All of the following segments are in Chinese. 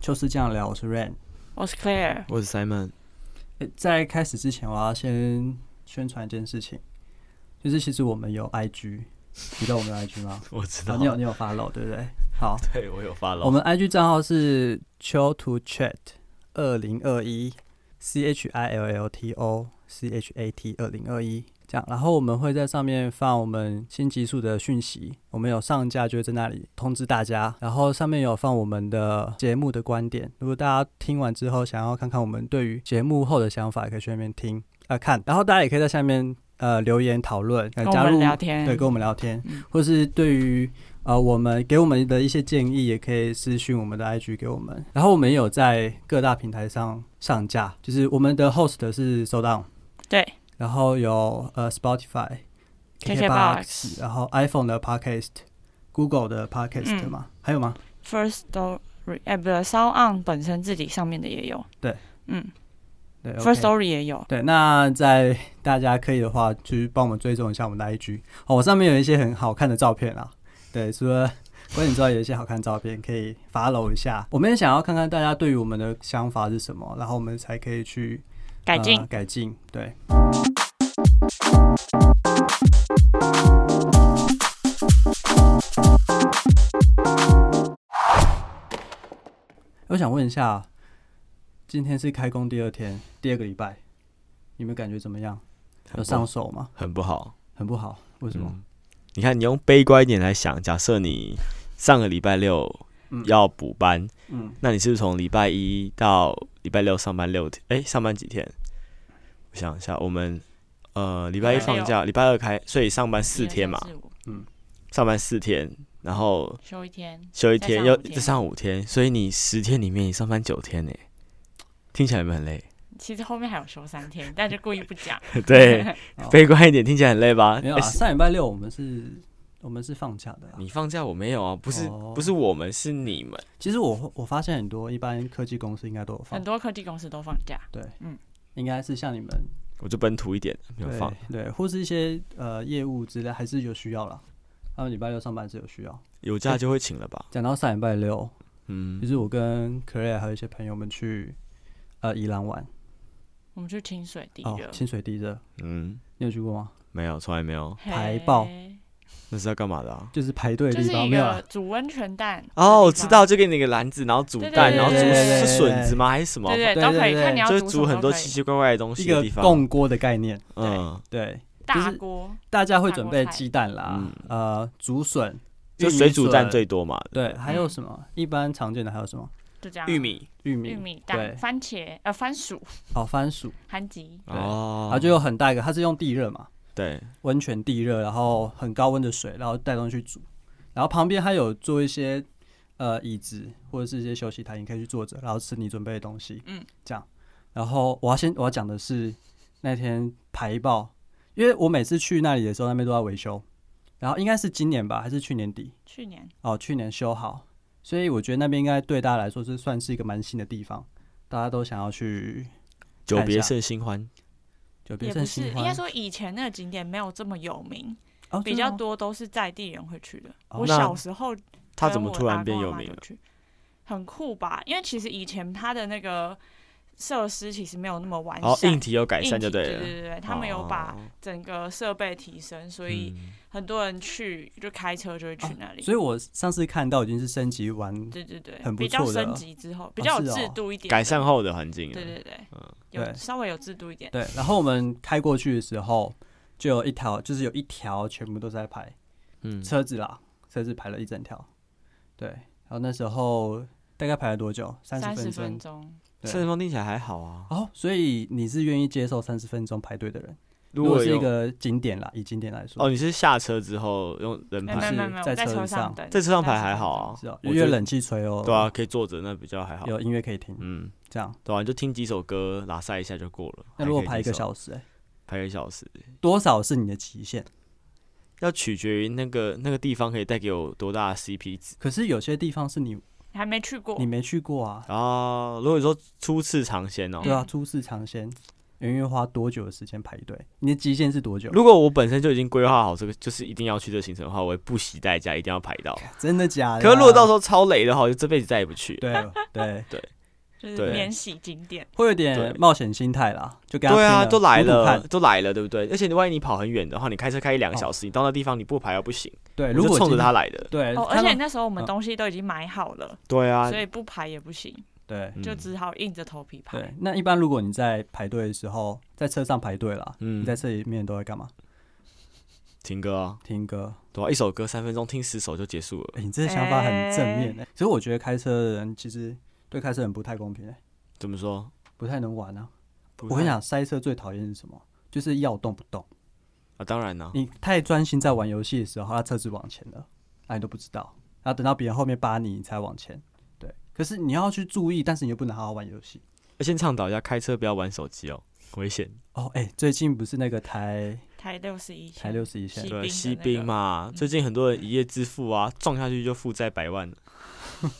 就是这样聊。我是 Rain。我是 Claire，我是 Simon，呃在开始之前，我要先宣传一件事情，就是其实我们有 IG，你知道我们有 IG 吗？我知啊，你有你有 follow 对不对？好， 对我有发了。我们 IG 账号是 chill to chat 二零二一 c h i l l t o c h a t 二零二一这样，然后我们会在上面放我们新集数的讯息，我们有上架就会在那里通知大家，然后上面有放我们的节目的观点，如果大家听完之后想要看看我们对于节目后的想法，也可以去那边听啊、呃看，然后大家也可以在下面呃留言讨论，呃跟我加入们聊天。对，跟我们聊天，嗯或是对于呃我们给我们的一些建议，也可以私讯我们的 IG 给我们。然后我们也有在各大平台上上架，就是我们的 host 是 s o d o w n 对，然后有呃 Spotify、 KKBOX 然后 iPhone 的 Podcast、Google 的 Podcast 嗯嘛，还有吗？ First Story，哎，不是 Sound On 本身自己上面的也有。对，嗯对，First ，OK Story 也有。对，那在大家可以的话，去帮我们追踪一下我们的 IG 哦，我上面有一些很好看的照片啊。对，除了关键之外，有一些好看的照片可以 follow 一下。我们也想要看看大家对于我们的想法是什么，然后我们才可以去改进呃、改进。对，我想问一下，今天是开工第二天，第二个礼拜，你们感觉怎么样？有很不上手吗？很不好，很不好，为什么？嗯你看，你用悲观一点来想，假设你上个礼拜六嗯要补班，嗯，那你是不是从礼拜一到礼拜六上班六天？哎、上班几天？我想一下，我们呃礼拜一礼拜六放假，礼拜二开，所以上班四天嘛一，二三四五上班四天，然后休一天，休一再天，上又五天再上五天，所以你十天里面你上班九天呢、听起来有没有 很累？其实后面还有休三天，但就故意不讲。对，哦悲观一点，听起来很累吧？没有啊，诶上礼拜六我们是，我们是放假的、啊。你放假我没有啊，不是、哦不是我们是你们，其实我我发现很多一般科技公司应该都有放很，多科技公司都放假，应该是像你们我就本土一点没有对放。对，或是一些呃业务之类，还是有需要啦。他们礼拜六上班是有需要。有假就会请了哎吧？讲到上礼拜六，就嗯，是我跟 Clare 还有一些朋友们去呃宜兰玩我们去清水地哦热，清水地热，嗯，你有去过吗？没有，从来没有。嘿排爆那是要干嘛的啊？就是排队的就地是方一没有啊个？煮温泉蛋。哦，我知。道，就给你个篮子，然后煮对对蛋，对然后煮对对是对笋子吗？还是什么？对对，对都对可以对看你要就是煮什煮么很多都可以奇奇怪怪的东一西的个地方。共锅的概念，嗯，对，大锅，大家会大准锅备菜鸡蛋啦嗯，呃，竹笋，就玉米水煮蛋笋最多嘛。对，还有嗯什么？一般常见的还有什么？就这样。玉、米玉玉米，米对蛋、番茄、呃番薯、哦，番薯，韩吉，对哦然，后就有很大一个，它是用地热嘛，对，温泉地热，然后很高温的水，然后带动去煮，然后旁边还有做一些呃椅子或者是一些休息台，你可以去坐着，然后吃你准备的东西，嗯，这样。然后我要先我要讲的是那天排爆，因为我每次去那里的时候，那边都在维修，然后应该是今年吧，还是去年底去年哦，去年修好，所以我觉得那边应该对大家来说是算是一个蛮新的地方，大家都想要去久看一别下胜新欢。就别也不胜是，新应该欢，说以前那个景点没有这么有名，哦比真的较吗多都是在地人会去的。哦我那小时候他跟怎么我突然阿变公有阿嬷名就了？去？很酷吧？因为其实以前它的那个设施其实没有那么完然后善，哦硬体有改硬善就体对对了。对对，他们有把哦整个设备提升，所以嗯很多人去就开车就会去那里。所以我上次看到已经是升级完，对对对，很不比较错的升级之后，比较是有哦制度一点的，改善后的环境了。啊对对对，对有稍微有制度一点。对，然后我们开过去的时候，就有一条，就是有一条全部都在排嗯，车子啦，车子排了一整条，对，然后那时候大概排了多久？三十三分十钟分。钟，对盛丰听起来还好啊。哦，所以你是愿意接受三十分钟排队的人？如如果是有一个景点啦，以景点来说，哦，你是下车之后用人哎没排有没是有没有没有，在我在车车上等，在车上排30还好分钟。啊，是哦，我因为就冷气吹哦，对啊，，可以坐着那比较还好。有音乐可以听，嗯，这样。对啊，你就听几首歌，拉塞一下就过了。那如果还可排以一个接受，小时、欸，排一个小时，多少是你的极限？要取决于那个那个地方可以带给我多大的 CP 值可是有些地方是你还没去过你，没去过啊，啊。如果说初次尝鲜哦，对啊，初次尝鲜，圆圆花多久的时间排队？你的极限是多久？如果我本身就已经规划好这个，就是一定要去这个行程的话，我会不惜代价一定要排到。 真的假的啊？可是如果到时候超累的话，我就这辈子再也不去了。对对，就是对免洗景点，会有对点冒险心态啦，就跟他对啊，拼都来赌赌看嗯了，都来了，对不对？而且你万一你跑很远的话，你开车开一两个小时，你到那地方你不排又不行，对，我如就果冲着今他来的。对，哦，而看且到那时候我嗯们东西都已经买好了，对啊所，以不排也不行，对嗯就只好硬着头皮排。对，那一般如果你在排队的时候，在车上排队啦，嗯你在车里面都会干嘛？听歌啊，听歌。对啊，一首歌三分钟听十首就结束了，欸你这个想法很哎正面诶、其实我觉得开车的人其实对开车人不太公平诶、怎么说？不太能玩啊。不我跟你太讲，塞车最讨厌是什么？就是要动不动。啊，当然呢，你太专心在玩游戏的时候，他车子往前了，那你都不知道，然后等到别人后面扒你，你才往前。对，可是你要去注意，但是你又不能好好玩游戏。要先倡导一下开车不要玩手机哦，危险。哦，哎、最近不是那个台台六十一线，台六十一线西，兵对，的西那兵个嗯嘛，最近很多人一夜致富啊，撞下去就负债百万了，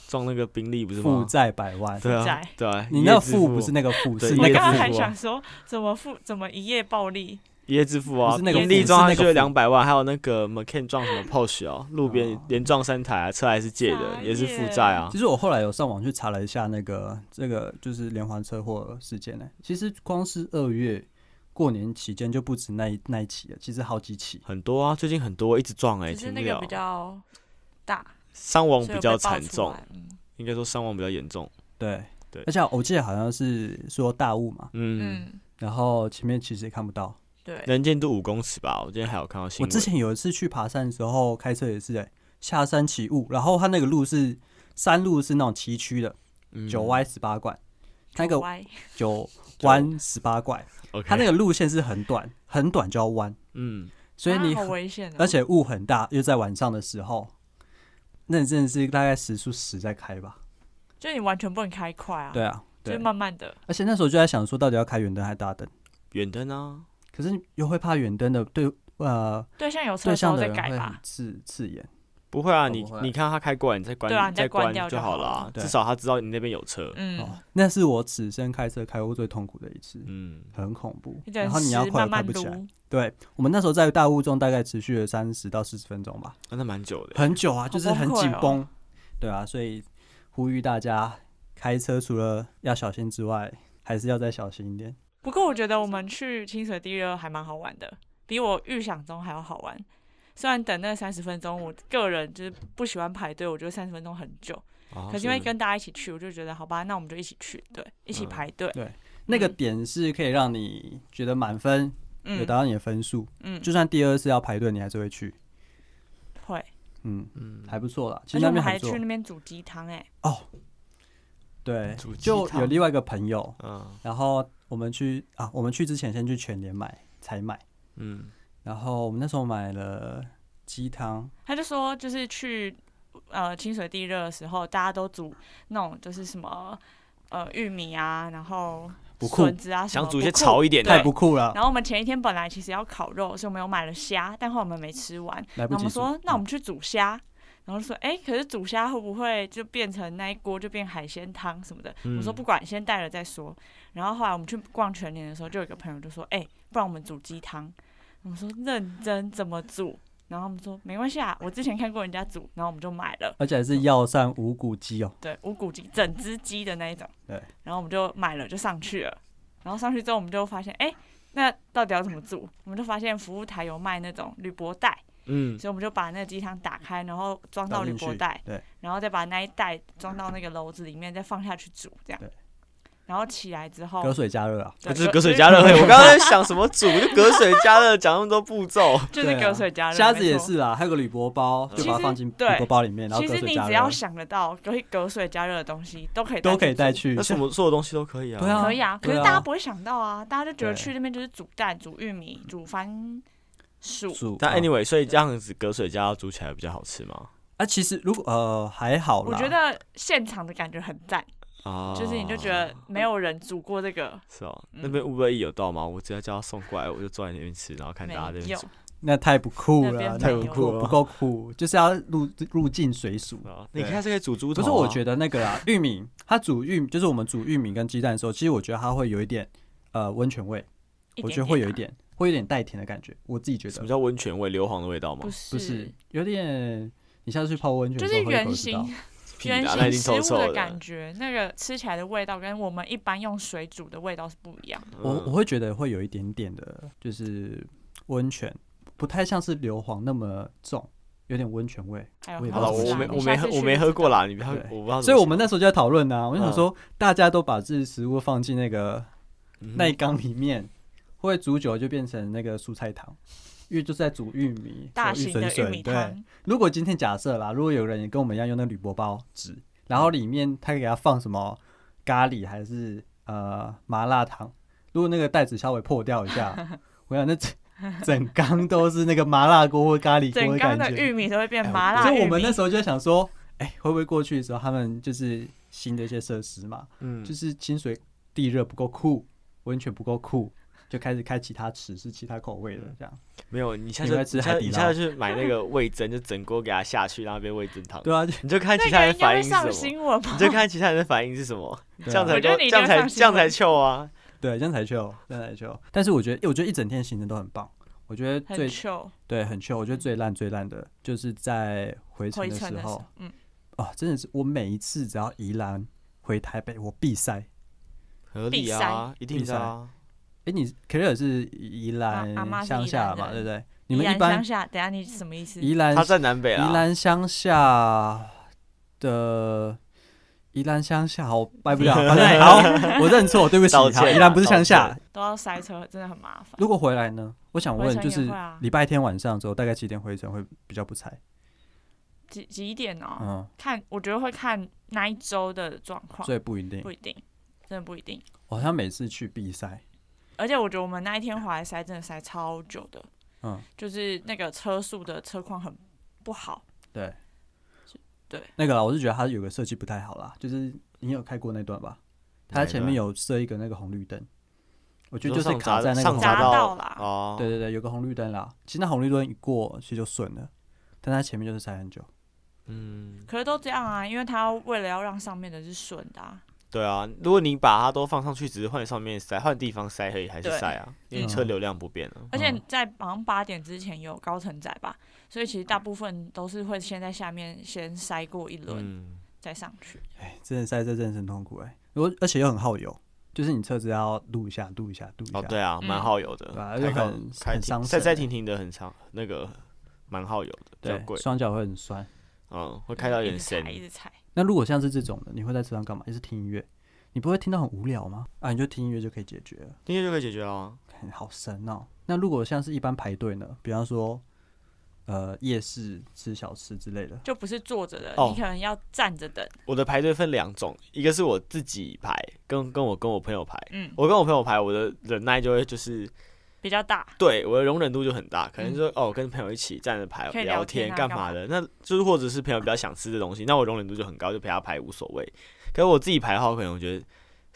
撞那个宾利不是负吗？债百万。对负啊债，对啊，你一那夜个致富不是那个富，对是一我那夜个刚刚致富。还富啊想说，怎么负怎么一夜暴力？一夜致富啊，不是那个宾富利是撞下那去个有两百万，还有那个 McCain 撞什么 Porsche 哦，路边哦连撞三台啊，车还是借傻的，也是负眼债啊其。实我后来有上网去查了一下那个这个就是连环车祸事件呢、其实光是二月过年期间就不止那一那一起了，其实好几起。很多啊，最近很多一直撞哎、只是停那不个了比。较大，伤亡所以比有较被爆惨出重来，嗯应该说伤亡比较严重。对对而且我记得好像是说大雾嘛，嗯，嗯，然后前面其实也看不到。对，能见度五公尺吧，我今天还有看到新我闻。之前有一次去爬山的时候开车也是、欸，下山起雾，然后它那个路是山路是那种崎岖的，嗯九歪十八拐，那个歪，九弯十八拐， ，OK，它那个路线是很短，很短就要弯，嗯，所以啊你好很危险哦，而且雾很大，又在晚上的时候，那你真的是大概时速十在开吧？就你完全不能开快啊，对，啊，就是对。慢慢的，而且那时候就在想说，到底要开远灯还是大灯？远灯啊，可是又会怕远灯的对呃对象有车对的时象候的再人改会吧很，刺刺眼。不会啊，哦你不会你看他开过来，你再关，对啊你再再关掉就就好了啊了，对至少他知道你那边有车。嗯哦，，那是我此生开车开过最痛苦的一次，嗯，很恐怖。你只然能后你要时快慢又开慢不撸起来。，对我们那时候在大雾中大概持续了三十到四十分钟吧，啊那蛮久的。很久啊，就是很崩溃紧哦绷。对啊，所以呼吁大家开车除了要小心之外，还是要再小心一点。不过我觉得我们去清水地热还蛮好玩的，比我预想中还要好玩。虽然等那三十分钟，我个人就是不喜欢排队，我觉得三十分钟很久。啊可是因为跟大家一起去，我就觉得好吧，那我们就一起去，对，一起嗯排队。那个嗯点是可以让你觉得满分，有嗯达到你的分数，嗯，就算第二次要排队，你还是会去，会。嗯，嗯，还不错啦。其实而且那我们边还还不去错哦那，边煮鸡汤哎，对煮，鸡就汤有另外一个朋友，嗯然后我们去啊，我们去之前先去全联买才买，嗯，然后我们那时候买了鸡汤，他就说就是去呃清水地热的时候，大家都煮那种就是什么呃玉米啊，然后不酷笋子啊什么，想煮一些不酷潮一点太的不，酷了，然后我们前一天本来其实要烤肉，所以我们有买了虾，但后来我们没吃完。来然后不我及们说煮，那我们去煮虾，然后就说，哎、可是煮虾会不会就变成那一锅就变海鲜汤什么的？我说嗯不管，先带了再说。然后后来我们去逛全年的时候，就有一个朋友就说，哎、不然我们煮鸡汤。我们说认真怎么煮？然后他们说没关系啊，我之前看过人家煮，然后我们就买了。而且还是药膳无骨鸡哦，对，无骨鸡，整只鸡的那一种。对。然后我们就买了，就上去了。然后上去之后，我们就发现，哎、那到底要怎么煮？我们就发现服务台有卖那种铝箔袋，嗯，所以我们就把那个鸡汤打开，然后装到倒铝进箔去袋，对，然后再把那一袋装到那个篓子里面，再放下去煮，这样对。然后起来之后，隔水加热啊，对就是隔水加热。我刚刚在想什么煮，就隔水加热，讲那么多 步骤。就是对啊隔水加热。虾没子也错。是啦，还有个铝箔包，嗯就把它放进其实铝箔包里面，然后其隔实水你加只要热啊想得到可以隔水加热的东西，都可以都可以带去去，那什么所有东西都可以啊。对啊煮。可以啊，可是对啊大家不会想到啊，大家就觉得对去那边就是煮蛋、煮玉米、煮番薯，煮但啊 anyway，所以这样子隔水加热煮起来比较好吃嘛。啊，其实如果呃还好啦，我觉得现场的感觉很赞，啊，就是你就觉得没有人煮过这个，是哦，嗯那边 Uber E 有到吗？我直接叫他送过来，我就坐在那边吃，然后看没大家在那边有吃。那太不酷那边了，没太有不酷了了，不够酷，就是要入入境水俗。啊你看这个煮猪不头啊，是，我觉得那个 啦，玉米，它煮玉米，就是我们煮玉米跟鸡蛋的时候，其实我觉得它会有一点呃温泉味，一我点觉得会有一啊，点，会有点带甜的感觉，我自己觉什么得叫温泉味？硫磺的味道吗不？不是，有点。你下次去泡温泉的就时候是会有口圆知道形屁圆啦，那一形定食臭臭物的感觉，那个吃起来的味道跟我们一般用水煮的味道是不一样的。我嗯我会觉得会有一点点的，就是温泉，不太像是硫磺那么重，有点温泉味。还有味很道好了，吃我啊没你我下没次喝去我没就喝知过道啦，你不要对我不知道怎么形容。所以我们那时候就在讨论啊，我就想嗯说，大家都把自己食物放进那个嗯那一缸里面，会不会煮久了就变成那个蔬菜汤，因为就是在煮玉米、大煮型玉的笋玉米笋。对，汤，如果今天假设啦，如果有人跟我们一样用那个铝箔包纸，然后里面他给他放什么咖喱还是呃麻辣烫，如果那个袋子稍微破掉一 下，我想那整整缸都是那个麻辣锅或咖喱锅整感缸的觉。玉米都 会变哎麻所辣以玉我们米那。时候就在想说，哎、会不会过去的时候他们就是新的一些设施嘛，嗯就是清水地热不够酷，温泉不够酷，就开始开其他吃是其他口味嗯的这样。没有，你下你次们在吃你下海次底你捞下次去买那个味噌，就整锅给它下去，然后变味噌汤。对啊，就你就看哎那其个他人应该反会应上是什么，新闻吧？你就看其他人的反应是什么， 对这啊样才我觉够，得你一这定会样才上新这样才闻臭啊！对，这样才秀，这样才秀。但是我觉得，我觉得一整天的行程都很棒。我觉得很最臭，对很秀，我觉得最烂最烂的就是在回程回的程时的时候候，，嗯，哦，真的是我每一次只要宜兰回台北，我必塞。合必理啊，一定必的啊。哎，你 k a r 是宜啊阿嬷兰是乡宜下兰嘛，对人不对？你宜们一兰般乡下，等下你什么意思？宜兰他在南北宜啊，兰乡下的宜兰乡下，好掰 不了，反正好，我认错，对不起，道歉好，啊宜兰不是乡道下歉。都要塞车，真的很麻烦。如果回来呢？我想回问，程就也是会啊礼拜天晚上之后，大概几点回程会比较不猜？几几点哦？嗯，看，我觉得会看那一周的状况所，以不一定不。一定，真的不一定。我好像每次去比赛，而且我觉得我们那一天回来塞真的塞超久的，嗯，就是那个车速的车况很不好，对，对，那个啦，我是觉得它有个设计不太好啦，就是你有开过那段吧？它前面有设一个那个红绿灯，我觉得就是上卡闸在那个上红闸绿闸灯。道道啦哦，啊对对对，有个红绿灯啦。其实那红绿灯一过，其实就顺了，但它前面就是塞很久。嗯，可是都这样啊，因为他为了要让上面的是顺的、嗯啊，对啊。如果你把它都放上去，只是换上面塞，换地方塞而已，还是对塞啊，因为嗯车流量不变啊。而且嗯在好像八点之前有高承载吧，所以其实大部分都是会先在下面先塞过一轮、嗯，再上去。哎，真的塞车真的是很痛苦哎、我而且又很耗油，就是你车子要撸一下、撸一下、撸一下。哦，对啊，蛮嗯耗油的对啊，开又高很开很停伤塞肾塞欸停停的很长，那个蛮耗油的，比较对，贵，双脚会很酸。嗯，会开到有一点直深踩，。一直踩。那如果像是这种的，你会在车上干嘛？也是听音乐，你不会听到很无聊吗？啊，你就听音乐就可以解决了，今天就可以解决了啊。看好神哦。那如果像是一般排队呢，比方说，呃，夜市吃小吃之类的，就不是坐着的，哦你可能要站着等。我的排队分两种，一个是我自己排，跟跟我跟我朋友排。嗯，我跟我朋友排，我的忍耐就会就是比较大，对我的容忍度就很大，可能嗯说、哦跟朋友一起站着排可以聊聊天啊干干嘛嘛的，那就是或者是朋友比较想吃的东西，那我容忍度就很高，就陪他排无所谓。可是我自己排的话，我可能我觉得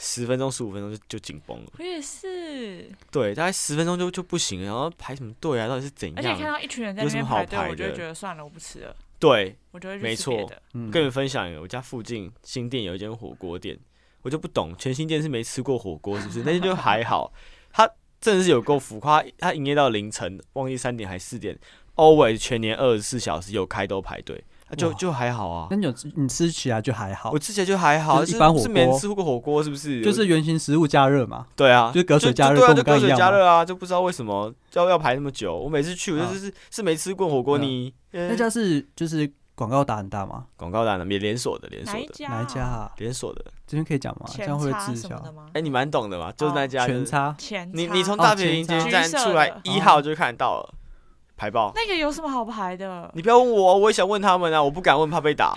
十分钟十五分钟就就紧绷了，我也是。对，大概十分钟就就不行了，然后排什么队啊，到底是怎而且看样？到一群人在有那什边么好排队，排我就会的觉得算了，我不吃了，对，我就会没去吃别错的。嗯，跟你们分享一个，我家附近新店有一间火锅店，我就不懂，全新店是没吃过火锅是不是？那间就还好，它真的是有够浮夸，它营业到凌晨，忘记三点还四点，always 全年二十四小时有开都排队，啊、就哇就还好啊那。你有吃你吃起来就还好我，之前就还好，啊就是是一般火锅是没人吃过火锅，是不是？就是圆形食物加热嘛。对啊，就是隔水加热对啊，跟就我们刚隔刚一水样加嘛热啊，就不知道为什么要要排那么久。我每次去，我啊就是、是没吃过火锅，对啊你那家是就是广告打很大吗？广告打的，连连锁的，连锁哪一的，家？哪一家？啊？连锁的。这边可以讲吗？这前样会不会叉滞什么的销？吗哎、？你蛮懂的啊嘛，就是那家、就是全差前你叉你从哦大平林前捷叉运站橘色出来的一哦号就看得到了，排爆。那个有什么好排的？你不要问我，我也想问他们啊，我不敢问，怕被 打。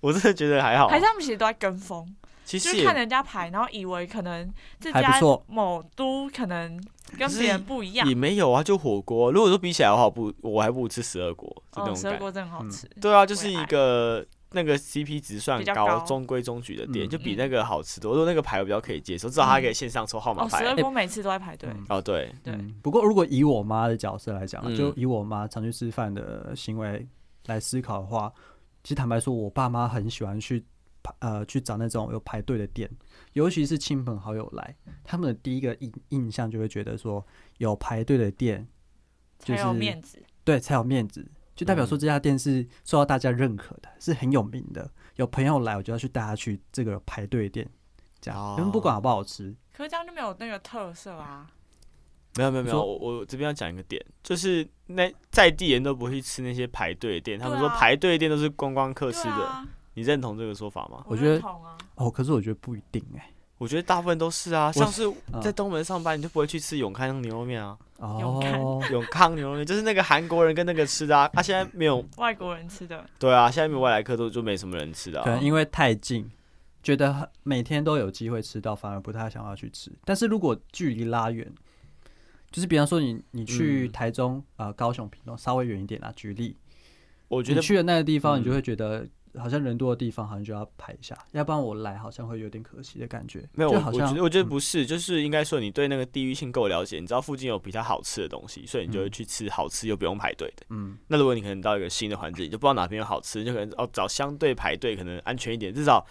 我真的觉得还好还，是他们其实都在跟风，其就实是看也人家排，然后以为可能这还不家错某都可能跟别人不一样哦也。没有啊，就火锅。如果说比起来的话，我不我还不如吃十二锅，就那哦，种蛇感觉。锅真的很好吃。对啊，就是我也一爱个那个 CP 值算比较高、高中规中矩的店，嗯就比那个好吃多。如果那个牌我比较可以接受，至少它可以线上抽号码哦，牌蛇。锅每次都在排队。嗯哦，对，对嗯，不过如果以我妈的角色来讲啊，嗯就以我妈常去吃饭的行为来思考的话，其实坦白说，我爸妈很喜欢去排呃去找那种有排队的店，尤其是亲朋好友来，他们的第一个印印象就会觉得说有排队的店，就才有是面子。对才有面子，就代表说嗯这家店是受到大家认可的，是很有名的。有朋友来，我就要去带他去这个排队的店，这样，哦因为不管好不好吃，可是这样就没有那个特色啊。没有没有没有，说我我这边要讲一个点，就是那在地人都不会去吃那些排队的店，他们对说啊排队的店都是观光客对吃的，啊，你认同这个说法吗？我我觉得认同啊。哦，可是我觉得不一定哎、我觉得大部分都是啊，像是嗯在东门上班，你就不会去吃永康牛肉面啊， 勇敢哦，永康牛肉面就是那个韩国人跟那个吃的啊，他、现在嗯没有，外国人吃的，对啊，现在没有外来客都就没什么人吃的、可啊能，因为太近，觉得很每天都有机会吃到，反而不太想要去吃。但是如果距离拉远，就是比方说你你去嗯台中、呃高雄、屏东稍微远一点啦，举例，我觉你得去了那个地方，你就嗯会觉得好像人多的地方好像就要排一下，要不然我来好像会有点可惜的感觉。没有，就我好我觉像得我觉嗯得不是，就是应该说你对那个地域性够了解，你知道附近有比较好吃的东西，所以你就会嗯去吃好吃又不用排队的。嗯那如果你可能到一个新的环境，你就不知道哪边有好吃，你就可能哦找相对排队可能安全一点，至少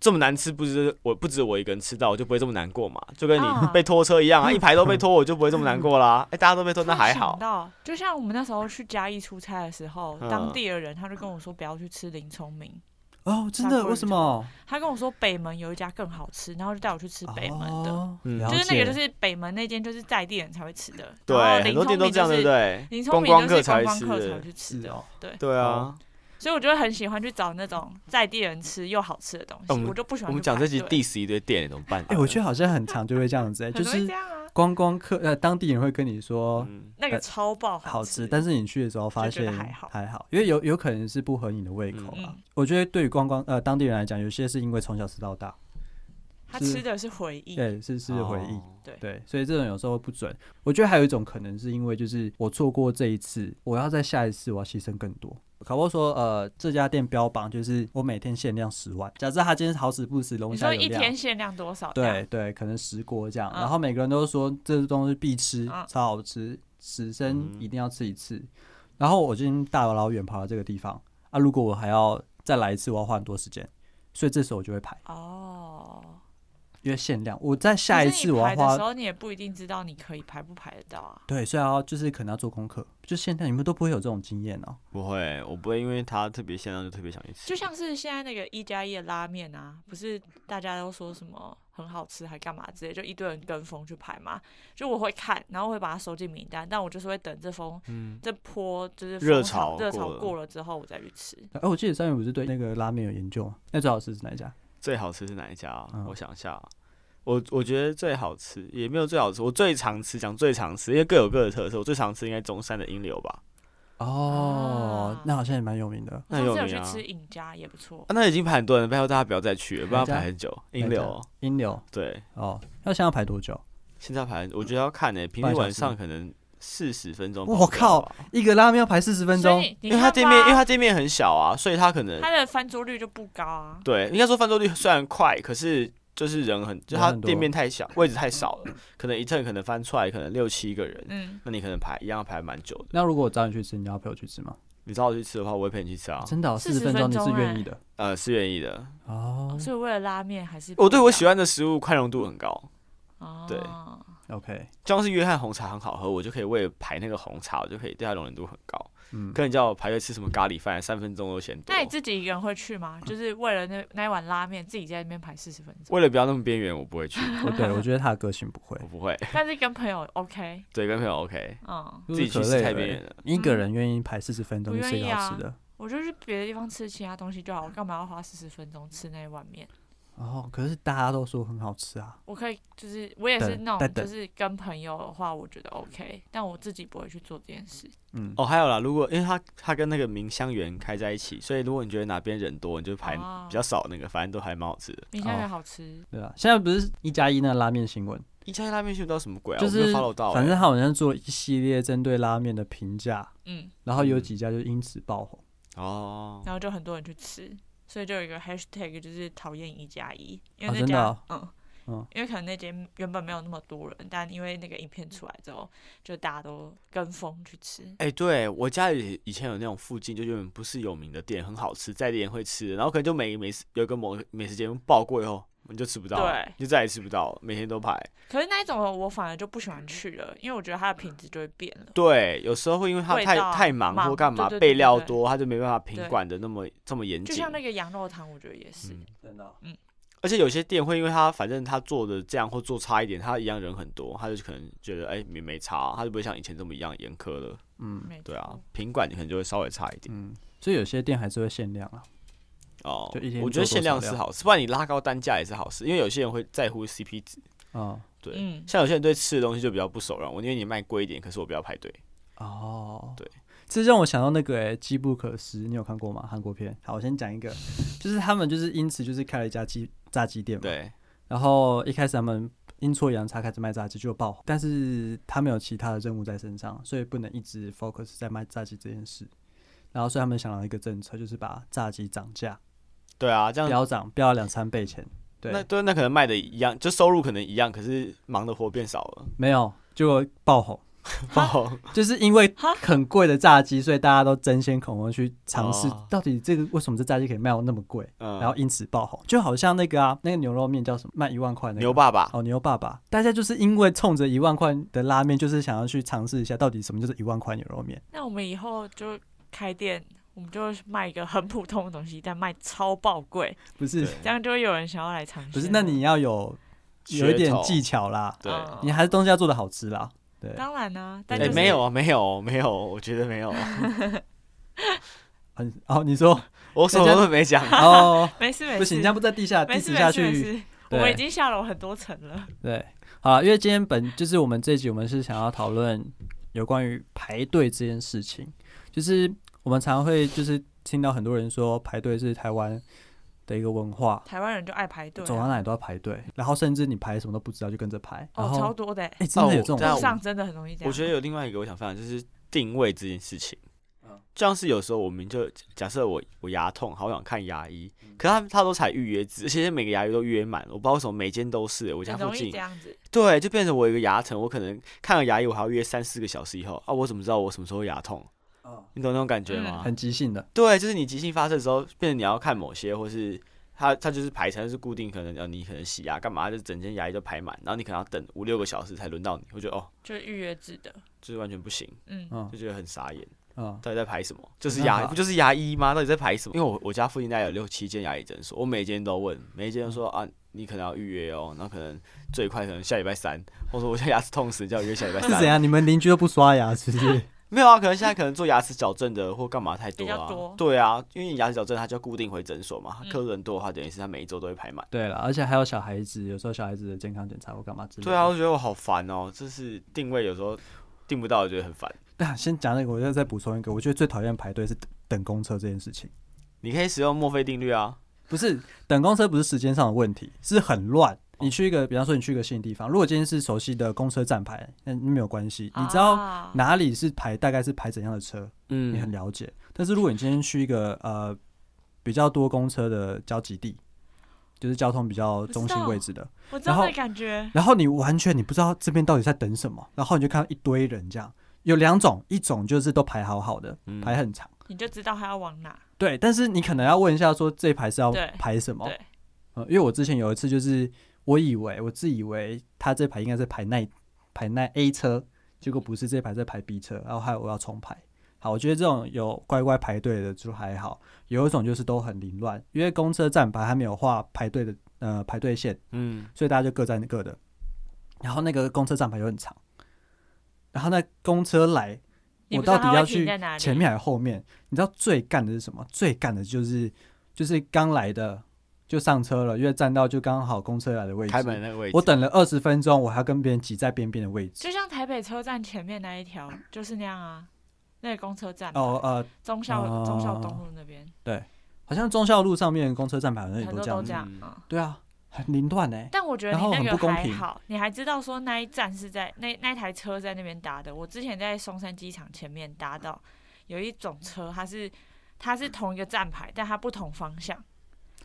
这么难吃不止我不止我一个人吃到，我就不会这么难过嘛。就跟你啊被拖车一 样啊，一排都被拖，我就不会这么难过啦。哎、大家都被拖，突那然还想好。到，就像我们那时候去嘉义出差的时候，嗯当地的人他就跟我说不要去吃林聪明，哦，真砂的锅为鱼什头么？他跟我说北门有一家更好吃，然后就带我去吃北门的。哦嗯了就是那解个，就是北门那间，就是在地人才会吃的。然后对，林很多聪店都明这样，就对是不对？林聪观明光就客是才观会光吃客才会的，去吃是的，哦，对啊哦。所以我就会很喜欢去找那种在地人吃又好吃的东西。哎我们就不喜欢我们去讲排这集队 diss 一堆店怎么办？啊哎、我觉得好像很常就会这样 子、欸，就很容易是这样啊，观光客呃当地人会跟你说。嗯那个超爆好吃，吃，但是你去的时候发就觉现得还好因为有有可能是不合你的胃口啦。嗯我觉得对于观光呃当地人来讲，有些是因为从小吃到大，他是吃的是回忆。对，是是回忆，哦对，所以这种有时候不准。我觉得还有一种可能是因为就是我错过这一次，我要在下一次我要牺牲更多。考波说，呃，这家店标榜就是我每天限量十万，假设他今天好死不死龙你虾说有一量天。限量多少？这样对，对，可能十锅这样，嗯然后每个人都说这东西必吃，嗯超好吃，此生嗯一定要吃一次。然后我今天大老远跑到这个地方啊，如果我还要再来一次，我要花很多时间，所以这时候我就会排，哦。因为限量。我在下一可是次你我要排的花，时候，你也不一定知道你可以排不排得到啊。对，所以要就是可能要做功课，就现在你们都不会有这种经验哦。不会，我不会因为它特别限量就特别想去吃。就像是现在那个一加一的拉面啊，不是大家都说什么很好吃，还干嘛之类，就一堆人跟风去排嘛。就我会看，然后会把它收进名单，但我就是会等这风、嗯，这波就是热风潮潮热过潮了过了之后，我再去吃。哎、我记得三元不是对那个拉面有研究吗？那最好吃是哪一家？最好吃是哪一家啊、嗯我想一下啊、我我觉得最好吃也没有最好吃，我最常吃讲最常吃，因为各有各的特色。我最常吃应该中山的英流吧，哦，啊那好像也蛮有名的。那上次很有有名去啊。吃尹家也不错啊，那已经排很多人了，拜托大家不要再去了，不然要哪家排很久。英流哦英流对，哦，那现在要排多久？现在排很，我觉得要看呢、欸平半日小晚时上可能四十分钟。我嗯靠，一个拉面要排四十分所钟，以你因看为吧它店面，因为它店面很小啊，所以它可能它的翻桌率就不高啊。对，应该说翻桌率虽然快，可是就是人很，就人它很多店面太小，位置太少了，可能一阵可能翻出来可能六七个人，嗯，那你可能排一样排蛮久的。那如果我找你去吃，你要陪我去吃吗？你找我去吃的话，我会陪你去吃啊，真的哦、四40十分钟你是分钟愿意的呃，是愿意的。哦。所以为了拉面还是我嗯哦对我喜欢欢的食物宽容度很高，哦对 OK，就像是约翰红茶很好喝，我就可以为了排那个红茶，我就可以对它容忍度很高。嗯，可你叫我排队吃什么咖喱饭，三分钟都嫌多那。你自己一个人会去吗？就是为了那那一碗拉面，自己在那边排四十分钟，为了不要那么边缘，我不会去，我对我觉得他的个性不会 我，不会。 但是跟朋友 OK，对，跟朋友 OK，嗯，就自己是去可吃累太了边欸缘了。一个人愿意排四十分钟不去吃一个愿意好啊吃的。我就去别的地方吃其他东西就好，我干嘛要花四十分钟吃那一碗面？哦，可是大家都说很好吃啊。我可以，就是我也是等那再种，等就是跟朋友的话，我觉得 OK，但我自己不会去做这件事。嗯，哦，还有啦，如果因为它它跟那个明香园开在一起，所以如果你觉得哪边人多，你就排哦比较少那个，反正都还蛮好吃的。明香园好吃，对啊，现在不是一加一那个拉面新闻，一家拉面去不知道什么鬼啊，就我没是有 follow 到、欸。反正他好像做了一系列针对拉面的评价，嗯，然后有嗯几家就因此爆红。哦，然后就很多人去吃，所以就有一个 hashtag 就是讨厌一加一，哦因为那真的家、哦嗯，嗯因为可能那间原本没有那么多人，但因为那个影片出来之后，就大家都跟风去吃。哎、对我家里以前有那种附近就有点不是有名的店，很好吃，在地人会吃的，然后可能就每每次有一个某美食节目爆过以后，你就吃不到了，对你就再也吃不到了，每天都排。可是那一种我反而就不喜欢去了，因为我觉得它的品质就会变了。对，有时候会因为他味太道太忙忙或干嘛，对对对备料对对多，他就没办法品对管的那么这么嗯严就谨。像那个羊肉汤，我觉得也是。嗯真的哦、而且有些店会因为他反正他做的这样或做差一点，他一样人很多，他就可能觉得哎、没没差，他就不会像以前这么一样严苛了。嗯没对啊错，，品管可能就会稍微差一点。嗯，所以有些店还是会限量啊。哦就一，天我觉做得多限量少是量好事，不然你拉高单价也是好事，因为有些人会在乎 CP 值。哦对，嗯像有些人对吃的东西就比较不手软，我宁愿你卖贵一点，可是我不要排队。哦，对，这让我想到那个诶、机不可失》，你有看过吗？韩国片。好，我先讲一个，就是他们就是因此就是开了一家鸡炸鸡店嘛，对，然后一开始他们阴错阳差开始卖炸鸡就爆红，但是他们有其他的任务在身上，所以不能一直 focus 在卖炸鸡这件事。然后所以他们想了一个政策，就是把炸鸡涨价，对啊，这样飙涨飙两三倍钱。对，那对那可能卖的一样，就收入可能一样，可是忙的活变少了，没有就爆红，爆就是因为哈很贵的炸鸡，所以大家都争先恐后去尝试哦，到底这个为什么这炸鸡可以卖到那么贵，嗯，然后因此爆红。就好像那个啊，那个牛肉面叫什么，卖一万块那个牛爸爸，哦，牛爸爸，大家就是因为冲着一万块的拉面，就是想要去尝试一下到底什么就是一万块牛肉面。那我们以后就开店，我们就卖一个很普通的东西，但卖超爆贵，不对是，这样就会有人想要来尝试。不是，那你要有有一噱点头技巧啦，对，嗯你还是东西要做的好吃啦。对，当然啦、但哎、就是没有啊，没有，没有，我觉得 没有，很哦，你 说我什么都没讲。哦，没事没事，不行，这样不在地下没地事址没下事没去，事，我对们已经下楼很多层了。对，好啦因为今天本就是我们这一集，我们是想要讨论有关于排队这件事情。就是我们常会就是听到很多人说排队是台湾的一个文化，台湾人就爱排队啊、走到哪里都要排队，然后甚至你排什么都不知道就跟着排。然哦，后超多的、欸，哎、真的有这种哦对啊人，路我上真的很容易这样。我觉得有另外一个我想分享，就是定位这件事情嗯。就像是有时候我们就假设我我牙痛，好想看牙医，可他他都采预约制，而且每个牙医都预约满，我不知道为什么每间都是、我家很附容易近这，样子，对，就变成我有一个牙疼，我可能看了牙医，我还要约三四个小时以后啊，我怎么知道我什么时候牙痛？你懂那种感觉吗？嗯很即兴的。对，就是你急性发射的时候，变成你要看某些，或是它它就是排程是固定，可能呃你可能洗牙干嘛，它就整间牙医都排满，然后你可能要等五六个小时才轮到你，我觉得哦，就是预约制的，就是完全不行，嗯，嗯就觉得很傻眼，嗯，到底在排什么？就是没办牙法不就是牙医吗？到底在排什么？因为我我家附近大概有六七间牙医诊所，我每间都问，每一间都说啊。你可能要预约哦，然后可能最快可能下礼拜 三，或者说我现在牙齿痛死，叫我约下礼拜 是怎三。样？你们邻居都不刷牙，是不是？没有啊，可能现在可能做牙齿矫正的或干嘛太多比了、较多对啊，因为你牙齿矫正它就要固定回诊所嘛，它嗯客人多的话，等于是它每一周都会排 满。对了，而且还有小孩子，有时候小孩子的健康检查或干嘛之类的。对啊，我觉得我好烦哦，就是定位有时候定不到，我觉得很烦。但 先讲那个，我再再补充一个，我觉得最讨厌排队是等等公车这件事情。你可以使用墨菲定律啊，不是等公车不是时间上的问题，是很乱。你去一个，比方说你去一个新的地方，如果今天是熟悉的公车站牌，那那没有关系，嗯你知道啊哪里是排，大概是排怎样的车，你很嗯，了解。但是如果你今天去一个呃比较多公车的交集地，就是交通比较中心位置的，我知道然后那个感觉，然后你完全你不知道这边到底在等什么，然后你就看到一堆人这样，有两种，一种就是都排好好的，嗯排很长。你就知道他要往哪。对，但是你可能要问一下，说这一排是要对排什么？对，呃，因为我之前有一次就是我以为我自以为他这排应该是排那排那 A 车，结果不是这排在排 B 车，然后还有我要重排。好，我觉得这种有乖乖排队的就还好，有一种就是都很凌乱，因为公车站牌还没有画排队的呃排队线，嗯，所以大家就各站各的。然后那个公车站牌又很长，然后那公车来你我不知道到他底会要停去在哪里前面还是后面？你知道最干的是什么？最干的就是就是刚来的就上车了，因为站到就刚好公车来的位置。开门那个位置，我等了二十分钟，我还要跟别人挤在边边的位置。就像台北车站前面那 一条就是那样啊，那个公车站嘛哦呃，忠孝、哦忠孝东路那边好像忠孝路上面公车站牌好像也很都多这都样这子。样嗯啊。对啊，很凌乱哎、但我觉得然后你很那不个公还平好，你还知道说那一站是在那那一台车在那边搭的。我之前在松山机场前面搭到有一种车，它是它是同一个站牌，但它不同方向。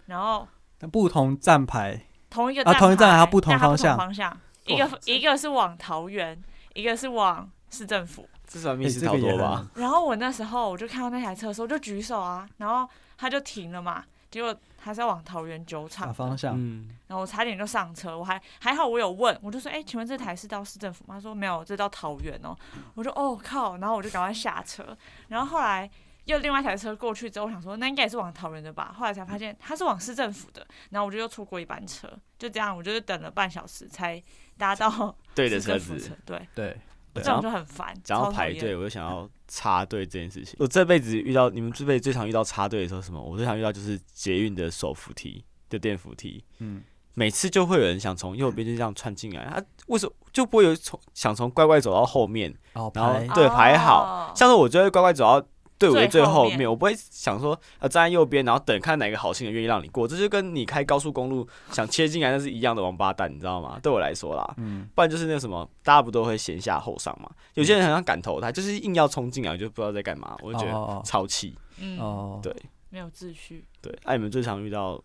然后但不同站牌同一个啊同一站牌还要不同但它方向方向，一个一个是往桃园，一个是往市政府。这算密哎室这逃个也脱很吧？然后我那时候我就看到那台车的时候，我就举手啊，然后他就停了嘛，结果他是要往桃园酒厂打，啊方向，嗯，然后我差点就上车，我还还好我有问，我就说，哎、请问这台是到市政府吗？他说没有，这到桃园哦。我就哦靠，然后我就赶快下车，然后后来。又另外一台车过去之后，我想说那应该也是往桃园的吧，后来才发现它是往市政府的，然后我就又错过一班车，就这样，我就是等了半小时才搭到对的市车政府子车，，对，啊对，我这讲种就到很烦，讲到超讨排厌队，我就想要插队这件事情。我这辈子遇到你们这辈子最常遇到插队的时候是什么？我最常遇到就是捷运的手扶梯的电扶梯，嗯，每次就会有人想从右边就这样窜进来，他为什么就不会有从想从乖乖走到后面？哦，然后排对排好哦像是我就会乖乖走到队伍的最最后后面面，我不会想说呃站在右边，然后等看哪个好心人愿意让你过，这就跟你开高速公路想切进来那是一样的王八蛋，你知道吗？对我来说啦，嗯不然就是那个什么，大家不都会先下后上嘛？有些人很想赶头胎，就是硬要冲进来，我就不知道在干嘛，我就觉得哦超气。哦嗯，哦哦，对没有秩序。对，哎、你们最常遇到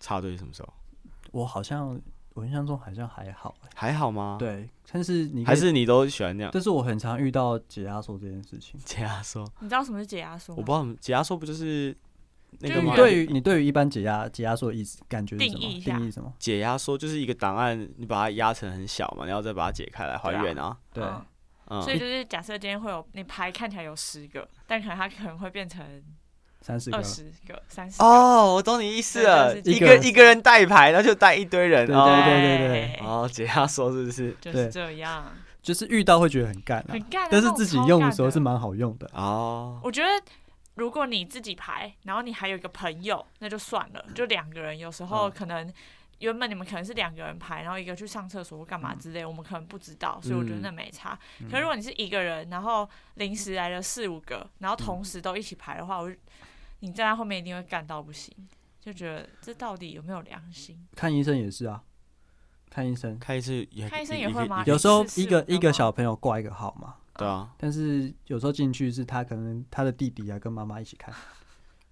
插队是什么时候？我好像我印象中好像还好欸，还好吗？，对，但是你可啊还以，是你都喜欢那样？但是我很常遇到解压缩这件事情。解压缩，你知道什么是解压缩我不吗？知道，解压缩不就是那就个是你吗？对于你对于一般解压解压缩的意思感觉是什么？定义一下定义什么？解压缩就是一个档案，你把它压成很小嘛，然后再把它解开来还原啊。对，嗯嗯，所以就是假设今天会有你牌看起来有十个，但可能它可能会变成三十个二。十个、三十个。哦，我懂你意思了，对就是一一个个一个人带牌，然后就带一堆人对哦对对对对，哦，解压缩是不是？就是这样，就是遇到会觉得很干啊很，干啊。但那是种自己超用的干时候是蛮好用的。哦，我觉得如果你自己排，然后你还有一个朋友，那就算了，就两个人，有时候嗯可能。原本你们可能是两个人排，然后一个去上厕所或干嘛之类，我们可能不知道，所以我觉得嗯那没差。可是如果你是一个人，然后临时来了四五个，然后同时都一起排的话，我就你站在后面一定会干到不行，就觉得这到底有没有良心？看医生也是啊，看医生开一次也开一次一也会吗一个有时候是是一个有一个吗小朋友挂一个号嘛，对啊，但是有时候进去是他可能他的弟弟啊跟妈妈一起看。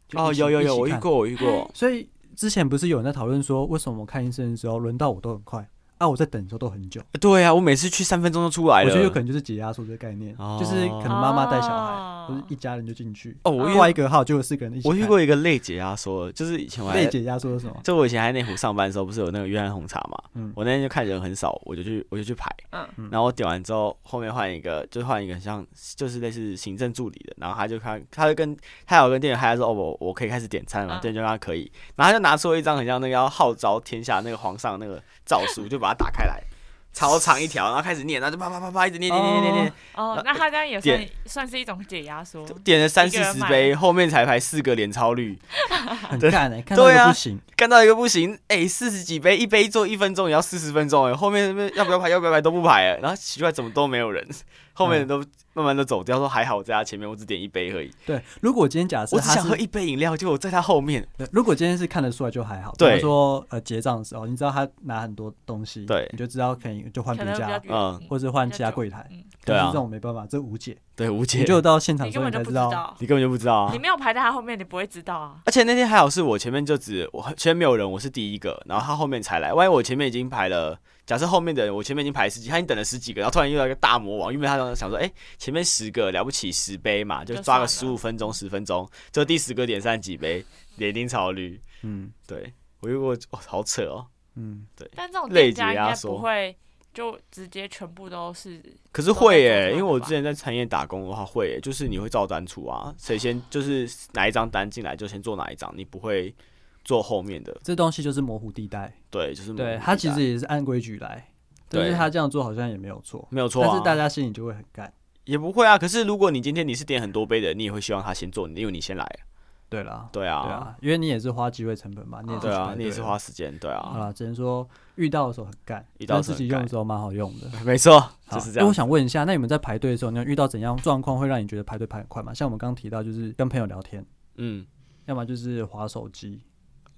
就哦，一起有有一有，起我遇看过，我遇过，所以之前不是有人在讨论说，为什么我看医生的时候轮到我都很快啊，我在等的时候都很久。对啊，我每次去三分钟就出来我了。觉得有可能就是解压缩这个概念，哦就是可能妈妈带小孩，哦或者一家人就进去。啊哦，我遇挂一个号，结果四个人一起。我遇。过一个类解压缩，就是以前我还被解压缩是 什么？就我以前还在内湖上班的时候，不是有那个约翰红茶嘛？嗯我那天就看人很少，我就去我就去排，嗯然后我点完之后，后面换一个，就换一个很像就是类似行政助理的，然后他就看，他就跟他有跟店员嗨他说，哦，我我可以开始点餐了嗯嘛，店员就让他可以，然后他就拿出了一张很像那个要号召天下那个皇上那个诏书，就把它打开来，超长一条，然后开始念，然后就啪啪啪啪一直念念念念念念，哦，那他这样也算算是一种解压缩，点了三一个四人十买杯，后面才排四个脸超绿，很干哎，看到对就啊不行。干到一个不行，哎、四十几杯，一杯做一分钟也要四十分钟哎、后面那边要不要排要不要排都不排哎、然后奇怪怎么都没有人，后面人都慢慢的走掉，说还好我在他前面，我只点一杯而已，对，如果今天假设我只他想是喝一杯饮料，结果我在他后面，对，如果今天是看得出来就还好。比对如说呃结账的时候，你知道他拿很多东西，对你就知道可以就换可别能比较家，远嗯或者换其他柜台。嗯对但啊是这种没办法，这无解。 对吴你姐，只有到现场你的时根候本你才就不知知道，道，你根本就不知道啊你，没有排在他后面，你不会知道啊。而且那天还好是我前面就只我前面没有人，我是第一个，然后他后面才来，万一我前面已经排了。假设后面的人，我前面已经排十几，他已经等了十几个，然后突然遇到一个大魔王，因为他想说，哎、前面十个了不起十杯嘛，就就抓个十算了五分钟十分钟，就第十个点三十几杯，脸丁超绿。嗯对我遇过，哦，好扯哦。嗯，但这种类啊店解家应压该缩不会就直接全部都是可是会耶、啊都在做这个吧因为我之前在产业打工的话会耶、就是你会照单出啊，谁先就是哪一张单进来就先做哪一张，你不会做后面的。这东西就是模糊地带。对，就是模糊对地他其带实也是按规矩来，对但是他这样做好像也没有错，没有错、啊，但是大家心里就会很干。也不会啊。可是如果你今天你是点很多杯的，你也会希望他先做，因为你先来。对啦，对啊，对啊，因为你也是花机会成本嘛，你也是对去啊排，你也队是了花时间，对好啊，了，只能说遇到的时候很干，遇到但的时自候己很用的干时候蛮好用的。没错，好就是那这样我。想问一下，那你们在排队的时候，你有遇到怎样状况会让你觉得排队排很快吗？像我们刚刚提到，就是跟朋友聊天，嗯，要么就是划手机，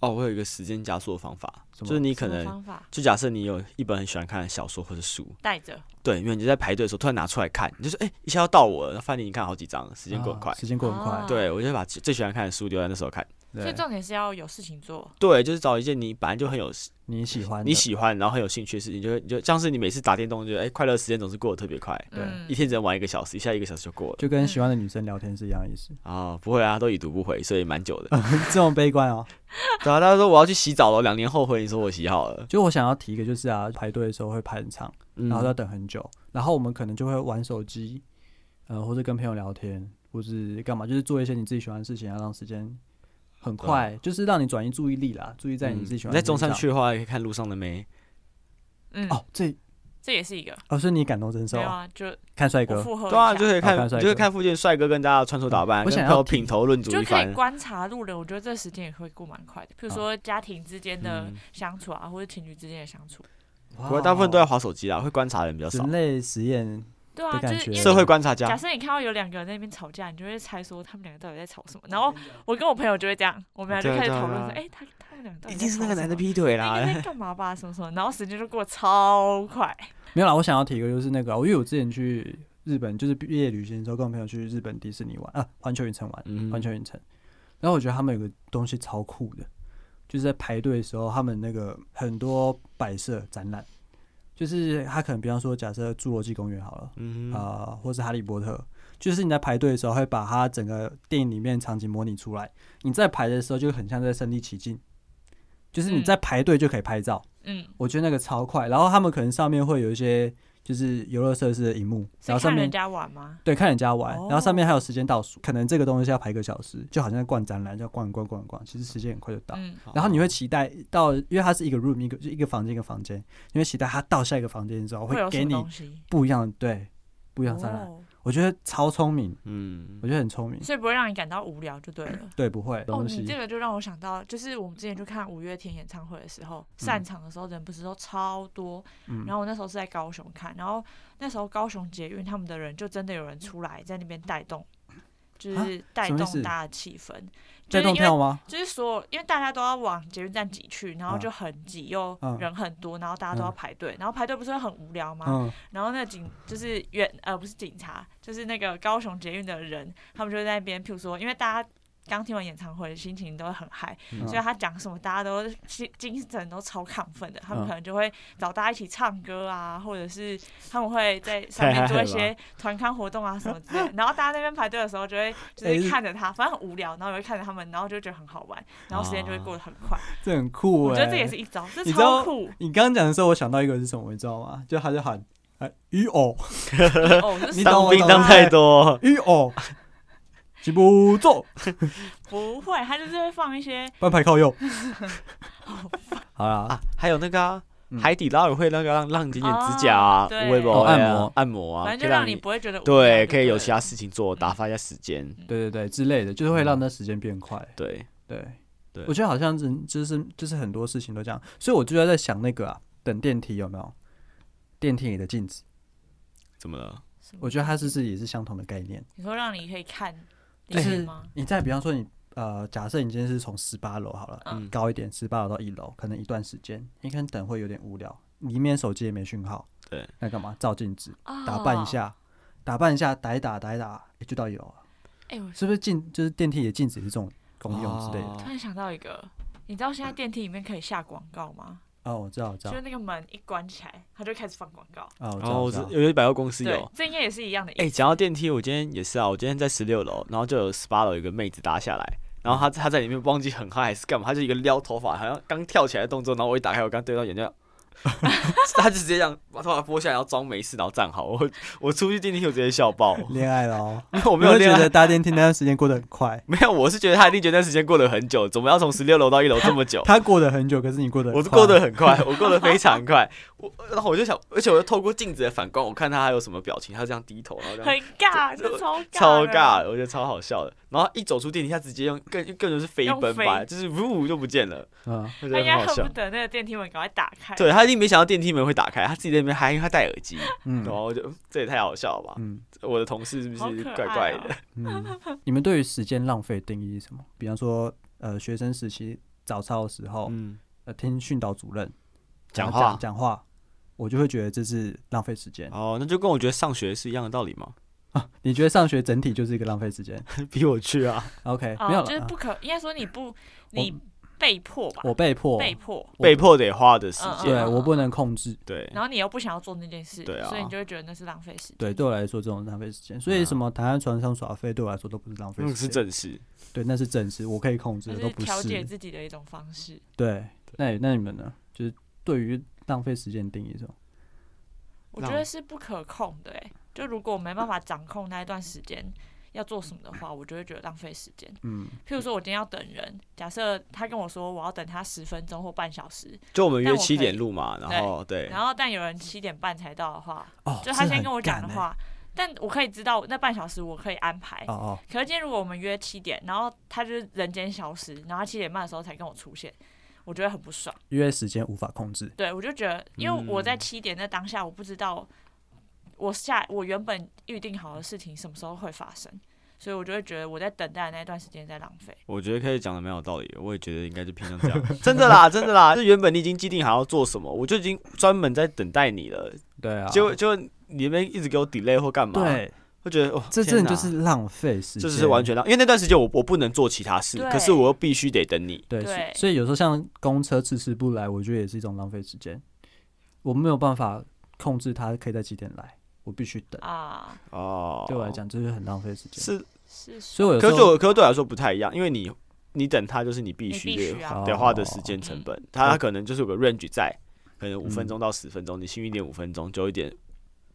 哦，我有一个时间加速的方法，什么就是你什可么能方法就假设你有一本很喜欢看的小说或者书，带着，对，因为你就在排队的时候突然拿出来看，你就说，哎、一下要到我了，那饭店已经看好几张了，时间过很快。啊时间过很快啊。对，我就把最最喜欢看的书留在那时候看，所以对，重点是要有事情做，对，就是找一件你本来就很有你喜欢你的喜欢，然后很有兴趣的事情，就会你就像是你每次打电动，就觉得哎、快乐时间总是过得特别快，对嗯一天只能玩一个小时，一下一个小时就过了。就跟喜欢的女生聊天是一样的意思。 啊、不会啊，都已读不回，所以蛮久的。这么悲观哦。 对啊，大家说我要去洗澡了，两年后回你说我洗好了，就我想要提一个，就是啊，排队的时候会排很长，嗯然后要等很久，然后我们可能就会玩手机，呃，或者跟朋友聊天，或是干嘛，就是做一些你自己喜欢的事情，要让时间很快，就是让你转移注意力啦，注意在你自己喜欢啊嗯的在事情中上、山区的话，也可以看路上的梅。嗯，哦，这这也是一个，哦，所以你感同身受没有啊，啊，就看帅我哥，附和一对下啊，就可以好看，看哦帅哥你就会看附近的帅哥跟大家穿着打扮，我想跟朋友要提品头论足就一可以番。观察路人，我觉得这时间也会过蛮快的。譬如说家庭之间的嗯相处啊，或者情侣之间的相处，不过大部分都在划手机啦，会观察的人比较少人。类实验，对啊，的就感是因觉为社会观察假家，设你看到有两个人在那边吵架，你就会猜说他们两个到底在吵什么。然后我跟我朋友就会这样，我们俩就对啊开始对啊讨论说，对哎，他他们两个到底一在定是那吵个什男的么劈腿那啦。个在干嘛吧？什么什么，然后时间就过超快。没有啦，我想要提一个就是那个，因啊为我之前去日本，就是毕业旅行的时候，跟我朋友去日本迪士尼玩啊，环球影城玩， 嗯环球影城。然后我觉得他们有个东西超酷的，就是在排队的时候，他们那个很多摆设展览，就是他可能比方说，假设侏罗纪公园好了，嗯哼，啊、或是哈利波特，就是你在排队的时候，会把它整个电影里面场景模拟出来。你在排的时候，就很像在身临其境，就是你嗯在排队就可以拍照。嗯，我觉得那个超快。然后他们可能上面会有一些就是游乐设施的荧幕，是然后上看人面家玩吗？对看人家玩，然后上面哦还有时间倒数，可能这个东西要排一个小时，就好像在逛展览，要逛一逛逛一逛，其实时间很快就到。嗯，然后你会期待到，因为它是一个 room 一个就一个房间一个房间，你会期待它到下一个房间之后会有给什么你东西？不一样的对不一样的展览。哦，我觉得超聪明，嗯我，觉得很聪明，所以不会让你感到无聊就对了。对不会哦，东西你这个就让我想到，就是我们之前去看五月天演唱会的时候，散场的时候人不是都超多，嗯然后我那时候是在高雄看，然后那时候高雄捷运他们的人就真的有人出来在那边带动，就啊是带什么意动思大家的气氛，在就是动因为票吗？就是说，因为大家都要往捷运站挤去，然后嗯就很挤又嗯人很多，然后大家都要排队，然后排队不是会很无聊吗？嗯，然后那个警就是远呃不是警察，就是那个高雄捷运的人，他们就在那边，譬如说，因为大家刚听完演唱会，心情都很嗨，嗯所以他讲什么大家都精精神都超亢奋的，他嗯们可能就会找大家一起唱歌啊，或者是他们会在上面做一些团康活动啊什么之 类的。然后大家那边排队的时候，就会就哎是是看着他，反正很无聊，然后也会看着他们，然后就觉得很好玩，然后时间就会过得很快。这很酷我哎、觉得这也是一招，这你知道 超酷你刚刚讲的时候，我想到一个是什么，你知道吗？就他就喊呃鱼偶，哦！就是你懂当我兵懂当我太多，鱼 偶，起步走，不会，他就是会放一些半排靠 右。好啦，啊，还有那个啊嗯海底捞也会那个让让你剪剪指甲哦啊，对微博哦按摩按摩啊，反正可就以让你你不会觉得无聊对，就可以有了其他事情做，打发一下时间。对对对，之类的，就是会让那时间变快。对，对，嗯对我觉得好像人就是就是很多事情都这样，所以我就在想那个啊，等电梯有没有？电梯里的镜子，怎么了？什么我觉得它是是也是相同的概念。你说让你可以看，就里面是吗？你再比方说你呃，假设你今天是从十八楼好了，嗯高一点，十八楼到一楼，可能一段时间，你可能等会有点无聊，里面手机也没讯号，对，那干嘛照镜子？哦打扮一。下，打扮一下，打一打，打一打，欸就到一楼了，哎，我是不是镜就是电梯里的镜子也是这种功用之类哦的？突然想到一个，你知道现在电梯里面可以下广告吗？哦，我知道，我知道就是，那个门一关起来，它就开始放广告。哦，我知然道，后我我知知道， 有些百货公司对有，。这应该也是一样的意思。哎，讲到电梯，我今天也是啊，我今天在十六楼，然后就有十八楼有个妹子搭下来。然后她她在里面忘记很嗨还是干嘛，她就一个撩头发，好像刚跳起来的动作。然后我一打开，我刚对到眼睛，她就 直接这样把头发拨下来，然后装没事，然后 站好。我我出去电梯，我直接笑爆， 恋爱喽，因为我我没有恋觉爱得搭电梯那段时间过得很快，没有，我是觉得他一定觉得那时间过了很久，怎么要从十六楼到一楼这么久？他过得很久，可是你过得很我是快过得很 快，我过得非常快。我然后我就想，而且我又透过镜子的反光，我看他还有什么表情，他这样低头，然后这很样尬，这超尬，超尬，。我觉得超好笑的。然后一走出电梯，他直接用更更就是飞奔用吧，飞哎就是呜就不见了， 嗯，我觉他得应很该好恨笑不。得那个电梯门赶快打 开。对他一定没想到电梯门会打开，他自己在那边嗨，因为他戴耳机， 嗯然后我就嗯这也太好笑了吧？嗯我的同事是不好是可爱哦怪怪的？嗯，你们对于时间浪费的定义是什么？比方说，呃，学生时期早操的时候， 嗯，呃，听训导主任讲然后话讲讲话，我就会觉得这是浪费时间。 哦，那就跟我觉得上学是一样的道理嘛。你觉得上学整体就是一个浪费时间逼我去啊， ？OK，哦没有就是了。不可，应该说你不，你被迫吧，我被迫，被迫，我被迫得花的时嗯间对。我不能控制。对，然后你又不想要做那件事，对啊所以你就会觉得那是浪费时间。对，对我来说这种浪费时间，所以嗯什么躺在床上耍废对我来说都不是浪费那个时是间。正事。对，那是正事，我可以控制就的，都是不调节是。自己的一种方式。对，那你那你们呢？就是对于浪费时间的定义是什么？我觉得是不可控的、欸，就如果我没办法掌控那一段时间要做什么的话，我就会觉得浪费时间。嗯，譬如说，我今天要等人，假设他跟我说我要等他十分钟或半小时，就我们但约我可以七点录嘛，然后对，然后但有人七点半才到的话，哦，就他这先很跟我讲的干欸。话，但我可以知道那半小时我可以安排。哦哦，可是今天如果我们约七点，然后他就是人间消失，然后他七点半的时候才跟我出现，我觉得很不爽。因为时间无法控制。对，我就觉得，因为我在嗯七点那当下，我不知道我下我原本预定好的事情什么时候会发生，所以我就会觉得我在等待的那段时间在浪费。我觉得可以讲的蛮有道理的，我也觉得应该就偏向这样。 真的 啦，真的啦，就原本你已经既定好要做什么，我就已经专门在等待你了，对啊结果就你们一直给我 delay 或干嘛，对，会觉得哦，这天真的哪就是浪费时这间，就是完全浪，因为那段时间我我不能做其他事，对可是我又必须得等你。对，对所所以有时候像公车迟迟不来，我觉得也是一种浪费时间。我没有办法控制它可以在几点来，我必须等。啊，哦，对我来讲，这就是很浪费时间。是，是，所以我有可时是对候我可是对我来说不太一样，因为你你等他就是你必你须必得须啊，得哦花的时间成本，它可能就是有个 range 在，可能五嗯分钟到十分钟，你幸运一点五分钟，久一点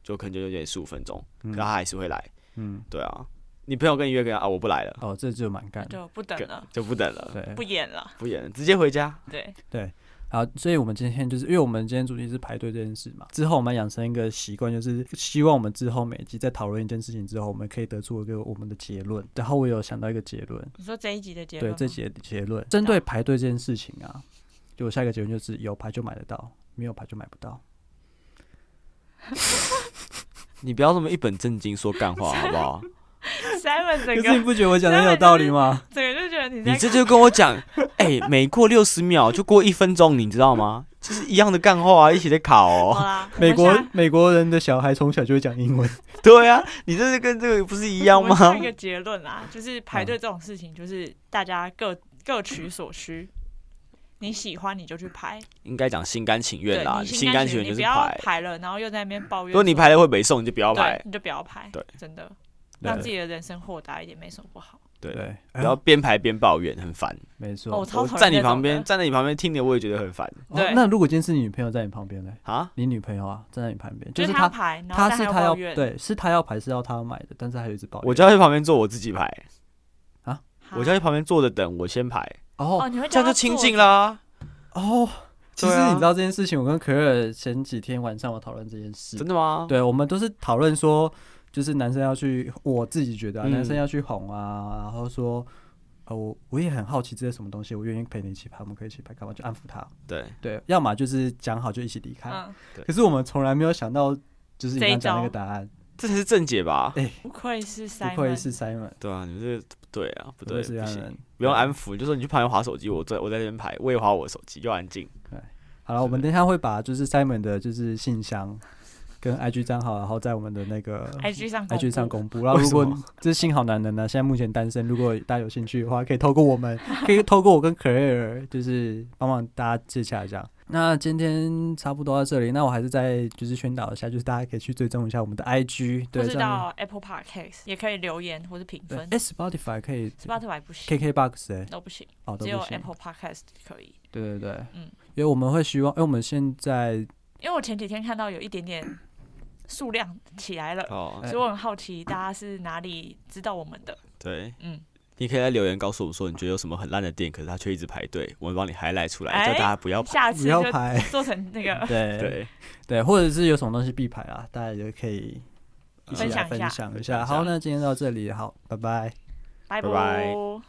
就可能就有点十五分钟，可他还是会来。嗯，对啊，你朋友跟你约个啊，我不来了，哦，这就蛮干的。就不等了，就不等了，对不，演了，不演了，直接回家。对，好，所以我们今天就是因为我们今天主题是排队这件事嘛，之后我们养成一个习惯，就是希望我们之后每集在讨论一件事情之后，我们可以得出一个我们的结论。然后我有想到一个结论，你说这一集的结对论吗，这节结论，针对排队这件事情啊，就我下一个结论就是有排就买得到，没有排就买不到。你不要这么一本正经说干话好不好？ Simon 可是整你个不觉得我讲的很有道理吗？整个就觉得你 你在这就跟我讲，哎、每过六十秒就过一分钟，你知道吗？就是一样的干话、啊，一起在考好哦。啦，我们美国下美国人的小孩从小就会讲英 文，对啊，你这是跟这个不是一样我吗们？下一个结论啦，就是排嗯队这种事情，就是大家各各取所需。你喜欢你就去排，应该讲心甘情对愿啦，你心甘甘情愿，愿你就是不要排。排了，然后又在那边抱怨。如果你排了会北送，你就不要对，排，你就不要排，对，真的对让自己的人生豁达一点，没什么不好。对对，哎不要边排边抱怨，很烦。没哦，错。我超我讨厌在你这种旁边，的，站在你旁边听着，我也觉得很烦哦对那如果今天是你女朋友在你旁边呢？啊。你女朋友啊，站在你旁边，就是他她，排，然她后是但她还要抱怨，对，是她要排，是要她买的，但是她还有一直抱怨。我就要去旁边坐，我自己排；哈我就要去旁边坐着等，我先排，哦哦，你会这叫样就他啊清坐静啦。哦，其实对啊你知道这件事情，我跟可尔前几天晚上我讨论这件事真，的吗？对，我们都是讨论说，就是男生要去，我自己觉得、啊嗯男生要去哄啊，然后说，呃，我我也很好奇这是什么东西，我愿意陪你一起拍，我们可以一起拍，干嘛就安抚他？对，对，要么就是讲好就一起离开。嗯，对可是我们从来没有想到，就是你这一刚讲那个招答案，这才是正解吧？不愧是不 Simon，愧是 Simon，对啊，你们这个不对啊，不不对，愧不是让行。人不用安抚，你就说你去旁边划手机，我在我在这边排，我也划我的手机，就安静。好了，我们等一下会把就是 Simon 的就是信箱跟 IG 账号，然后在我们的那个 IG 上 IG 上公公布。然后为如什果么这是幸好男人呢、现在目前单身，如果大家有兴趣的话，可以透过我们， 可以透过我跟 Clare，就是帮忙大家接洽一下。那今天差不多到这里，那我还是再就是宣导一下，就是大家可以去追踪一下我们的 IG，布，或对，是上面到 Apple Podcast 也可以留言或是评对分哎 Spotify 可以，Spotify 不行， ，KKBox 哎、都不行，哦都只有不行， Apple Podcast 可以。对对对，嗯因为我们会希望，因为我们现 在因为我前几天看到有一点点数量起来了，哦哎，所以我很好奇大家是哪里知道我们的，对，嗯。你可以在留言告诉我们说你觉得有什么很烂的店，可是他却一直排队，我们帮你 highlight 出来，哎叫大家不要排。下次不要就排，做成那个对对，对，或者是有什么东西必排啊，大家也可以一起分来享一分下享一分享下。一好，下那今天到这里，好，拜拜。拜拜拜拜。